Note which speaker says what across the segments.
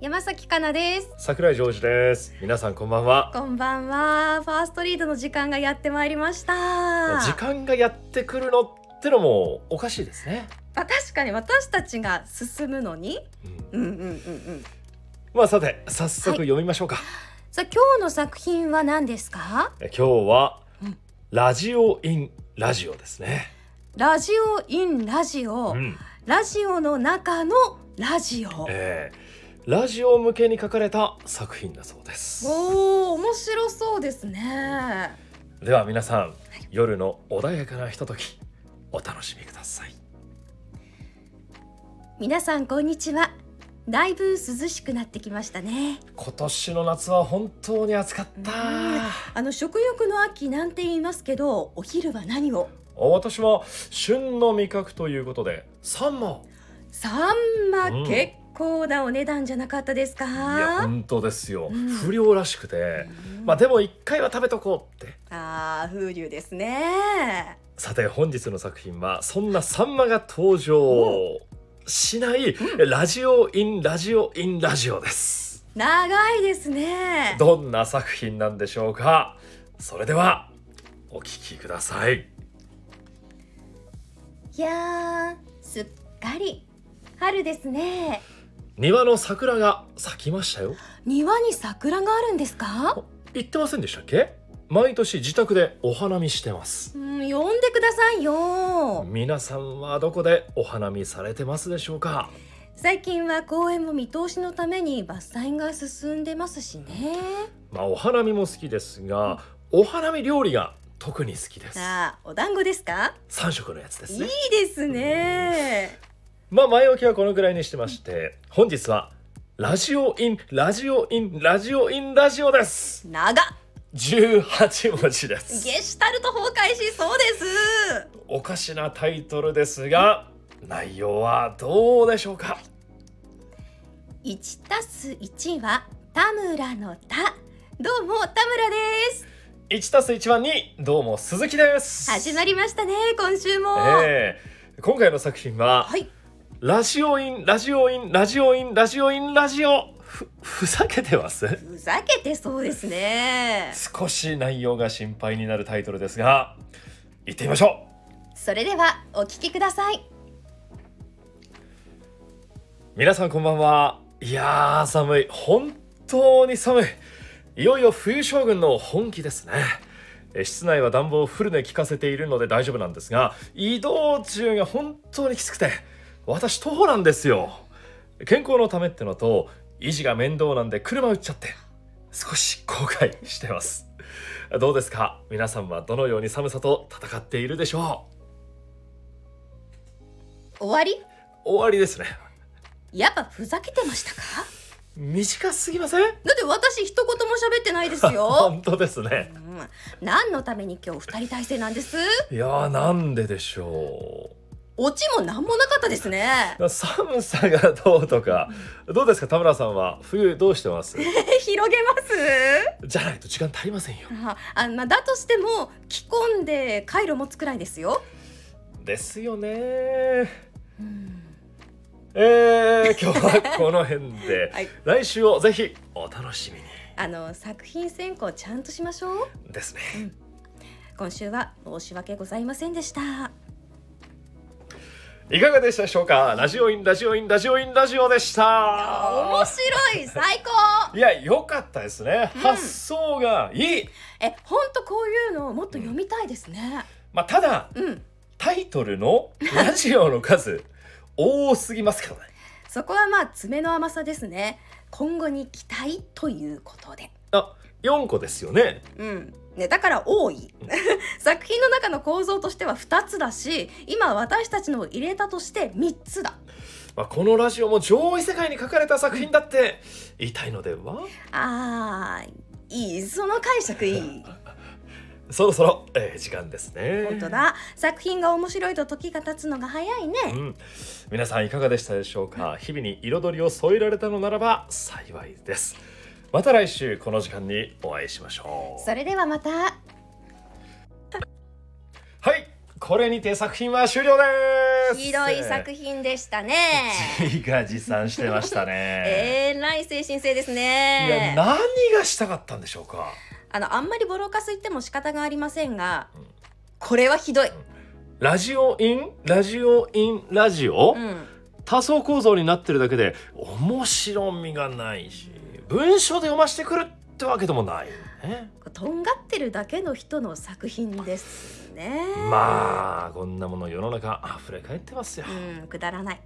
Speaker 1: 山崎かなです
Speaker 2: 桜井ジョージです皆さんこんばんは
Speaker 1: こんばんはファーストリードの時間がやってまいりました
Speaker 2: 時間がやってくるのってのもおかしいですね、
Speaker 1: まあ、確かに私たちが進むのに
Speaker 2: うん
Speaker 1: うんうんうんうん
Speaker 2: まあさて早速読みましょうか、
Speaker 1: さあ今日の作品は何ですか
Speaker 2: え今日は、
Speaker 1: うん
Speaker 2: ラジオインラジオですね、
Speaker 1: ラジオインラジオ、
Speaker 2: うん
Speaker 1: ラジオの中のラジオ
Speaker 2: えーラジオ向けに書かれた作品だそうです
Speaker 1: おお面白そうですね
Speaker 2: では皆さん、夜の穏やかなひとときお楽しみください
Speaker 1: 皆さんこんにちはだいぶ涼しくなってきましたね
Speaker 2: 今年の夏は本当に暑かった、
Speaker 1: うんあの食欲の秋なんて言いますけどお昼は何を
Speaker 2: 私は旬の味覚ということでサンマ
Speaker 1: サンマ、
Speaker 2: うん
Speaker 1: 結構なお値段じゃなかったですか
Speaker 2: いや本当ですよ、
Speaker 1: うん
Speaker 2: 不良らしくて
Speaker 1: うん
Speaker 2: まあでも一回は食べとこうって
Speaker 1: あー風流ですね
Speaker 2: さて本日の作品はそんなサンマが登場
Speaker 1: お
Speaker 2: しないラジオインラジオインラジオです
Speaker 1: 長いですね
Speaker 2: どんな作品なんでしょうかそれではお聞きください
Speaker 1: いやーすっかり春ですね
Speaker 2: 庭の桜が咲きましたよ
Speaker 1: 庭に桜があるんですか
Speaker 2: 言ってませんでしたっけ毎年自宅でお花見してます
Speaker 1: うん呼んでくださいよ
Speaker 2: 皆さんはどこでお花見されてますでしょうか
Speaker 1: 最近は公園も見通しのために伐採が進んでますしね
Speaker 2: まあお花見も好きですがお花見料理が特に好きです
Speaker 1: さあお団子ですか
Speaker 2: 三色のやつで
Speaker 1: い
Speaker 2: す
Speaker 1: い
Speaker 2: ね
Speaker 1: ですね
Speaker 2: まあ前置きはこのぐらいにしてまして本日はラジオインラジオインラジオインラジオです
Speaker 1: 長っ
Speaker 2: 18文字です
Speaker 1: ゲシュタルト崩壊しそうです
Speaker 2: おかしなタイトルですが内容はどうでしょうか
Speaker 1: 1たす1は田村の田どうも田村です
Speaker 2: 1たす1は2どうも鈴木です
Speaker 1: 始まりましたね今週も、
Speaker 2: ええ今回の作品は、
Speaker 1: はい
Speaker 2: ラジオインラジオインラジオインラジオインラジオふふざけてます
Speaker 1: ふざけてそうですね
Speaker 2: 少し内容が心配になるタイトルですが行ってみましょ
Speaker 1: それではお聞きくださいう
Speaker 2: 皆さんこんばんはいやー寒い本当に寒いいよいよ冬将軍の本気ですねえ室内は暖房をフルで効かせているので大丈夫なんですが移動中が本当にきつくて私徒歩なんですよ健康のためってのと維持が面倒なんで車売っちゃって少し後悔してますどうですか皆さんはどのように寒さと戦っているでしょ
Speaker 1: 終わり
Speaker 2: う終わりですね
Speaker 1: やっぱふざけてましたか
Speaker 2: 短すぎません
Speaker 1: だって私一言も喋ってないですよ、
Speaker 2: 本当ですね
Speaker 1: うん、何のために今日二人体制なんです
Speaker 2: いやーなんででしょ
Speaker 1: オチも何もなかったです ね
Speaker 2: う寒さがどうとかどうですか田村さんは冬どうしてま す
Speaker 1: 広げます
Speaker 2: じゃないと時間足りませんよ
Speaker 1: ああまあ、だとしても着込んで回路持つくらいですよ。
Speaker 2: ですよね
Speaker 1: うん
Speaker 2: えー、今日はこの辺 で
Speaker 1: はい、
Speaker 2: 来週をぜひお楽しみに
Speaker 1: あの作品選考ちゃんとしましょう。
Speaker 2: ですね
Speaker 1: 今週は申し訳ございませんでした。
Speaker 2: いかがでしたでしょうかラジオインラジオインラジオインラジオでした
Speaker 1: 面白 い最高。
Speaker 2: いや良かったですね、
Speaker 1: うん
Speaker 2: 発想がいい
Speaker 1: え本当こういうのをもっと読みたいですね。
Speaker 2: まあただ
Speaker 1: うん。
Speaker 2: タイトルのラジオの数多すぎますけどね
Speaker 1: そこはまあ爪の甘さですね。今後に期待ということで。
Speaker 2: あ、四個ですよね。
Speaker 1: うん。ね、だから多い 作品の中の構造としては2つだし今私たちの入れたとして3つだ
Speaker 2: まあ、このラジオも上位世界に書かれた作品だって言いたいのでは
Speaker 1: あーいいその解釈いい
Speaker 2: そろそろ、えー時間です ね。
Speaker 1: 本当。だ作品が面白いと時が経つのが早いね
Speaker 2: うん、皆さんいかがでしたでしょうか日々に彩りを添えられたのならば幸いですまた来週この時間にお会いしましょう
Speaker 1: それではまた
Speaker 2: はいこれにて作品は終了ですです
Speaker 1: ひどい作品でしたね。
Speaker 2: 自画自賛してましたね。
Speaker 1: えらい精神性です
Speaker 2: いや
Speaker 1: ね。
Speaker 2: 何がしたかったんでしょうか。
Speaker 1: あのあんまりボロカス言っても仕方がありませんが
Speaker 2: うん、
Speaker 1: これはひどい。
Speaker 2: ラジオインラジオインラジオ、
Speaker 1: うん。
Speaker 2: 多層構造になってるだけで面白みがないし文章で読ませてくるってわけでもない、ね、
Speaker 1: とんがってるだけの人の作品ですね。
Speaker 2: まあこんなもの世の中あふれ返ってますよ
Speaker 1: うん、くだらない。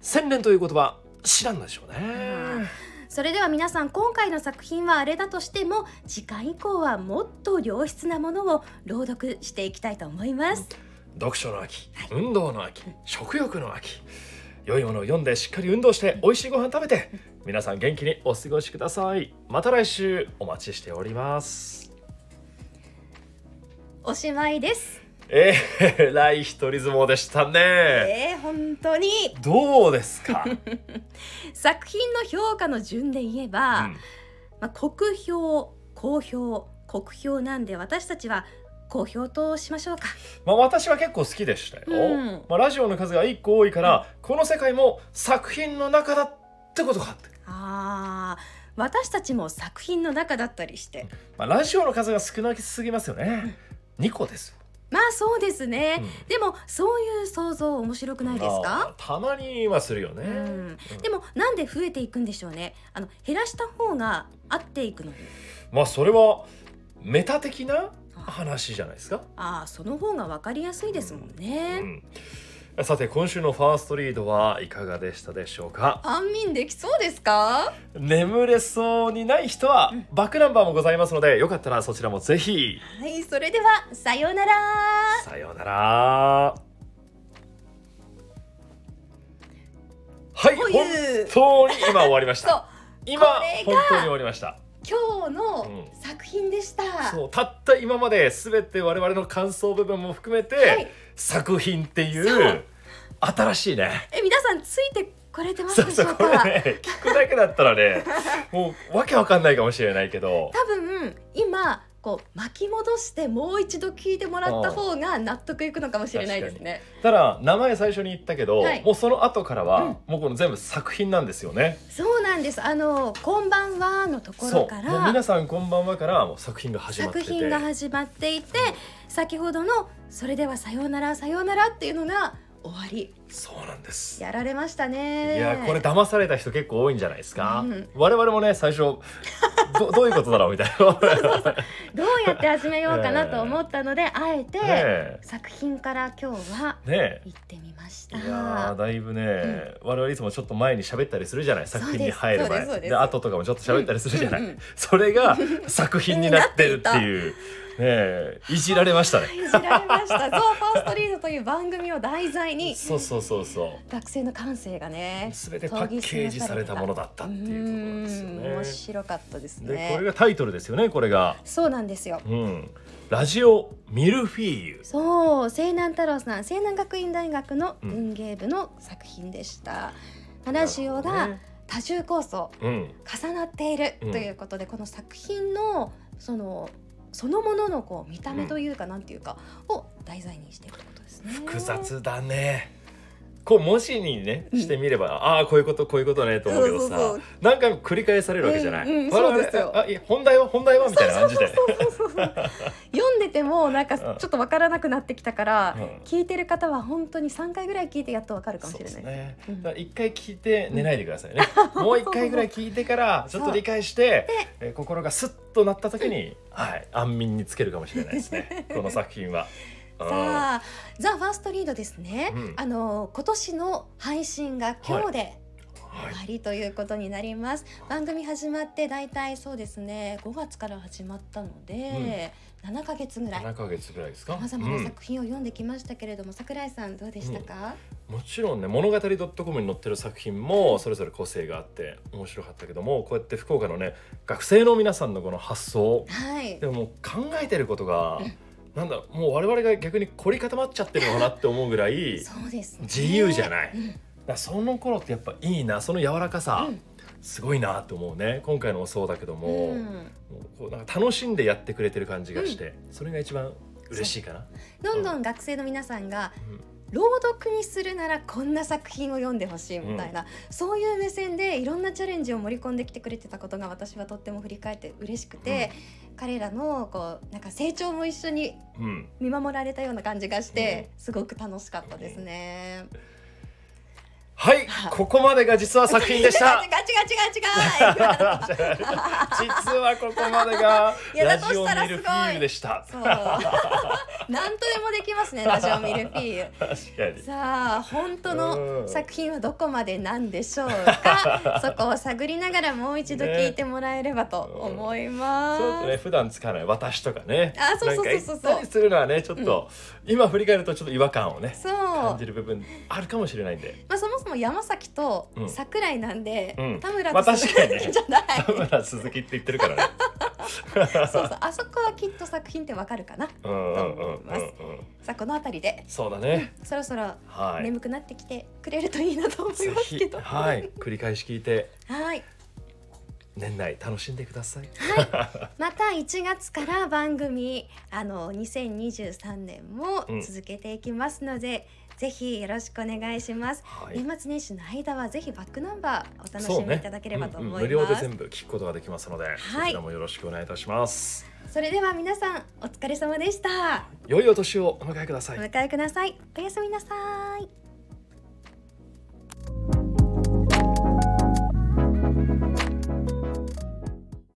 Speaker 2: 洗練という言葉知らんのでしょうね、
Speaker 1: んそれでは皆さん今回の作品はあれだとしても次回以降はもっと良質なものを朗読していきたいと思います。
Speaker 2: 読書の秋運動の秋食欲の秋良いものを読んでしっかり運動して美味しいご飯食べて皆さん元気にお過ごしくださいまた来週お待ちしております
Speaker 1: おしまいです。
Speaker 2: えー、来一人相撲でしたね、
Speaker 1: えー、本当に
Speaker 2: どうですか、
Speaker 1: 作品の評価の順で言えば、
Speaker 2: うん
Speaker 1: まあ、国評公評国評なんで私たちは公評としましょうか
Speaker 2: まあ、私は結構好きでしたよ、
Speaker 1: うん
Speaker 2: まあ、ラジオの数が1個多いから、この世界も作品の中だってことかって、
Speaker 1: あー私たちも作品の中だったりして
Speaker 2: まあ、ラジオの数が少なすぎますよね、2個ですよ
Speaker 1: まあそうですね、
Speaker 2: うん
Speaker 1: でもそういう想像面白くないですか
Speaker 2: あーたまにはするよね、
Speaker 1: うん、でもなんで増えていくんでしょうねあの減らした方が合っていくのに
Speaker 2: まあそれはメタ的な話じゃないですか、
Speaker 1: ああその方が分かりやすいですもんね、
Speaker 2: うん、さて今週のファーストリードはいかがでしたでしょうか
Speaker 1: 安眠できそうですか
Speaker 2: 眠れそうにない人はバックナンバーもございますのでよかったらそちらもぜひ
Speaker 1: はいそれではさようなら
Speaker 2: さようなら。はい、
Speaker 1: こう
Speaker 2: 本
Speaker 1: いう
Speaker 2: 当に今終わりまし
Speaker 1: そう
Speaker 2: た。今
Speaker 1: これ
Speaker 2: 本当に終わりました。
Speaker 1: 今日の
Speaker 2: うん
Speaker 1: 作品でした、
Speaker 2: そう、たった今まで全て我々の感想部分も含めて、
Speaker 1: はい
Speaker 2: 作品ってい
Speaker 1: そう
Speaker 2: う新しいね。
Speaker 1: え皆さんついてこれてます
Speaker 2: そう
Speaker 1: でし
Speaker 2: そ
Speaker 1: ょ
Speaker 2: う
Speaker 1: う
Speaker 2: こ
Speaker 1: か
Speaker 2: れね聞くだけだったらねもうわけわかんないかもしれないけど
Speaker 1: 多分今こう巻き戻してもう一度聞いてもらった方が納得いくのかもしれないですね
Speaker 2: ただ名前最初に言ったけど、
Speaker 1: はい
Speaker 2: もうその後からは、もうこの全部作品なんですよね。
Speaker 1: そうなんですあの「こんばんは」のところ
Speaker 2: そ
Speaker 1: か
Speaker 2: うもう皆
Speaker 1: ら
Speaker 2: さんこんばんはからもう作品が始まって
Speaker 1: 作
Speaker 2: て
Speaker 1: 品が始まっていて先ほどの「それではさようならさようなら」っていうのが終わり
Speaker 2: そうなんです。
Speaker 1: やられました
Speaker 2: い
Speaker 1: ね
Speaker 2: やこれ騙された人結構多いんじゃないですか。
Speaker 1: うん
Speaker 2: 我々もね最初ど どういうことだろうみたいな。
Speaker 1: どうやって始めようかなと思ったので、あえて、
Speaker 2: ね
Speaker 1: 作品から今日は
Speaker 2: えね
Speaker 1: 行ってみまし
Speaker 2: え
Speaker 1: た。
Speaker 2: いやーだいぶね、我々いつもちょっと前に喋ったりするじゃない作品に入
Speaker 1: そ
Speaker 2: る
Speaker 1: うですそう
Speaker 2: 前
Speaker 1: です
Speaker 2: で後とかもちょっと喋ったりするじゃない、
Speaker 1: うんうんうん
Speaker 2: それが作品になってるって いうねえいじられましたね
Speaker 1: いじられました。そう、ファーストリードという番組を題材に、
Speaker 2: そうそうそうそう
Speaker 1: 学生の感性がね、
Speaker 2: 全てパッケージされたものだったっていうこと
Speaker 1: うーん
Speaker 2: なん
Speaker 1: 面
Speaker 2: ですよね
Speaker 1: 白かったです
Speaker 2: でこれ
Speaker 1: ね。
Speaker 2: がタイトルですよねこれが
Speaker 1: そうなんですよ。
Speaker 2: うんラジオミルフィーユ
Speaker 1: そう、西南太郎さん、西南学院大学の文芸部の作品でした。ラジオ
Speaker 2: なる
Speaker 1: が多重構想、
Speaker 2: ほどね
Speaker 1: 重なっている
Speaker 2: うん
Speaker 1: ということで、この作品のそのそのもののこう見た目というかなんていうかを題材にしていくってことですね。
Speaker 2: うん、複雑だねこう文字にねしてみれば、ああこういうことこういうことねと思うけど
Speaker 1: そ
Speaker 2: さ
Speaker 1: うそうそう
Speaker 2: 何回も繰り返されるわけじゃない、
Speaker 1: うんうん
Speaker 2: 我々
Speaker 1: そうですよ
Speaker 2: あいや本題は本題はみたいな感じで
Speaker 1: そうそうそう読んでてもなんかちょっとわからなくなってきたから、
Speaker 2: うん
Speaker 1: 聞いてる方は本当に3回ぐらい聞いてやっとわかるかもしれ
Speaker 2: そう
Speaker 1: な
Speaker 2: で
Speaker 1: い。
Speaker 2: すね
Speaker 1: うん
Speaker 2: だから一回聞いて寝ないでくださいね、 もう一回ぐらい聞いてからちょっと理解して、えー心がスッとなった時に、はい、安眠につけるかもしれないで すねこの作品は。うん
Speaker 1: さあ、ザ・ファーストリードですね。
Speaker 2: うん
Speaker 1: あの今年の配信が今日で終わ
Speaker 2: はい
Speaker 1: りということになります。番組始まってだいたいそうですね、5月から始まったので、7ヶ月ぐらい。
Speaker 2: 7ヶ月ぐらいですか、
Speaker 1: 様々
Speaker 2: う
Speaker 1: なん作品を読んできましたけれども、桜井さんどうでしたか？
Speaker 2: もちろんね物語 .com に載ってる作品もそれぞれ個性があって面白かったけどもこうやって福岡のね学生の皆さんのこの発想
Speaker 1: はい
Speaker 2: で。ももう考えてることがなんだろうもう我々が逆に凝り固まっちゃってるのかなって思うぐ らい
Speaker 1: そうです、ね。
Speaker 2: 自由じゃ
Speaker 1: い。
Speaker 2: ない、だからその頃ってやっぱいいなその柔らかさ、
Speaker 1: うん
Speaker 2: すごいなと思うね今回のもそうだけど
Speaker 1: う
Speaker 2: も,、も
Speaker 1: ん。
Speaker 2: うこうなんか楽しんでやってくれてる感じがして、それが一番嬉しいかな。
Speaker 1: どんどん学生の皆さんが
Speaker 2: うん
Speaker 1: 朗読にするならこんな作品を読んでほしいみたいな、そういう目線でいろんなチャレンジを盛り込んできてくれてたことが私はとっても振り返って嬉しくて、彼らのこうなんか成長も一緒に
Speaker 2: うん、
Speaker 1: 見守られたような感じがして、すごく楽しかったですね。
Speaker 2: はい、ここまでが実は作品でし た
Speaker 1: 違う違。う違う違う今の
Speaker 2: 実はここまでが
Speaker 1: いや
Speaker 2: ラ
Speaker 1: だと
Speaker 2: ジオ
Speaker 1: したら
Speaker 2: ミルフィーユでした。
Speaker 1: そう。 なんとでもできますね、ラジオミルフィーユ。
Speaker 2: 確かに。
Speaker 1: さあ、本当
Speaker 2: うん
Speaker 1: の作品はどこまでなんでしょう か。そこを探りながら、もう一度聞いてもらえればと思いま
Speaker 2: ちょっとね
Speaker 1: す。
Speaker 2: 普段使わない私とかね
Speaker 1: あそうそうそうそう
Speaker 2: なんか言ったりするのはねちょっと、今振り返るとちょっと違和感をね
Speaker 1: そう。
Speaker 2: 感じる部分あるかもしれないんで
Speaker 1: まあ、そもそも山崎と
Speaker 2: うん
Speaker 1: 桜井なんで、
Speaker 2: うん
Speaker 1: 田村
Speaker 2: まあ
Speaker 1: と鈴木
Speaker 2: 確かにね
Speaker 1: じゃない。
Speaker 2: 田村鈴木って言ってるからね
Speaker 1: そうそう、あそこはきっと作品ってわかるかな。
Speaker 2: うんうんうんうんうん
Speaker 1: さあ、このあたりで、
Speaker 2: そうだね
Speaker 1: そろそろ
Speaker 2: はい、
Speaker 1: 眠くなってきてくれるといいなと思い
Speaker 2: ぜ
Speaker 1: ますけ
Speaker 2: ひ
Speaker 1: ど。
Speaker 2: はい繰り返し聞いて
Speaker 1: はい。
Speaker 2: 年内楽しんでください
Speaker 1: また1月から番組あの2023年も
Speaker 2: うん
Speaker 1: 続けていきますので、ぜひよろしくお願いします、
Speaker 2: はい
Speaker 1: 年末年始の間はぜひバックナンバーお楽
Speaker 2: そう
Speaker 1: しみ
Speaker 2: ね
Speaker 1: いただければと思います
Speaker 2: 無料で全部聞くことができますので、
Speaker 1: い
Speaker 2: そちらもよろしくお願いいたします
Speaker 1: それでは皆さんお疲れ様でした
Speaker 2: 良いお年をお迎えください
Speaker 1: お迎えくださいおやすみなさい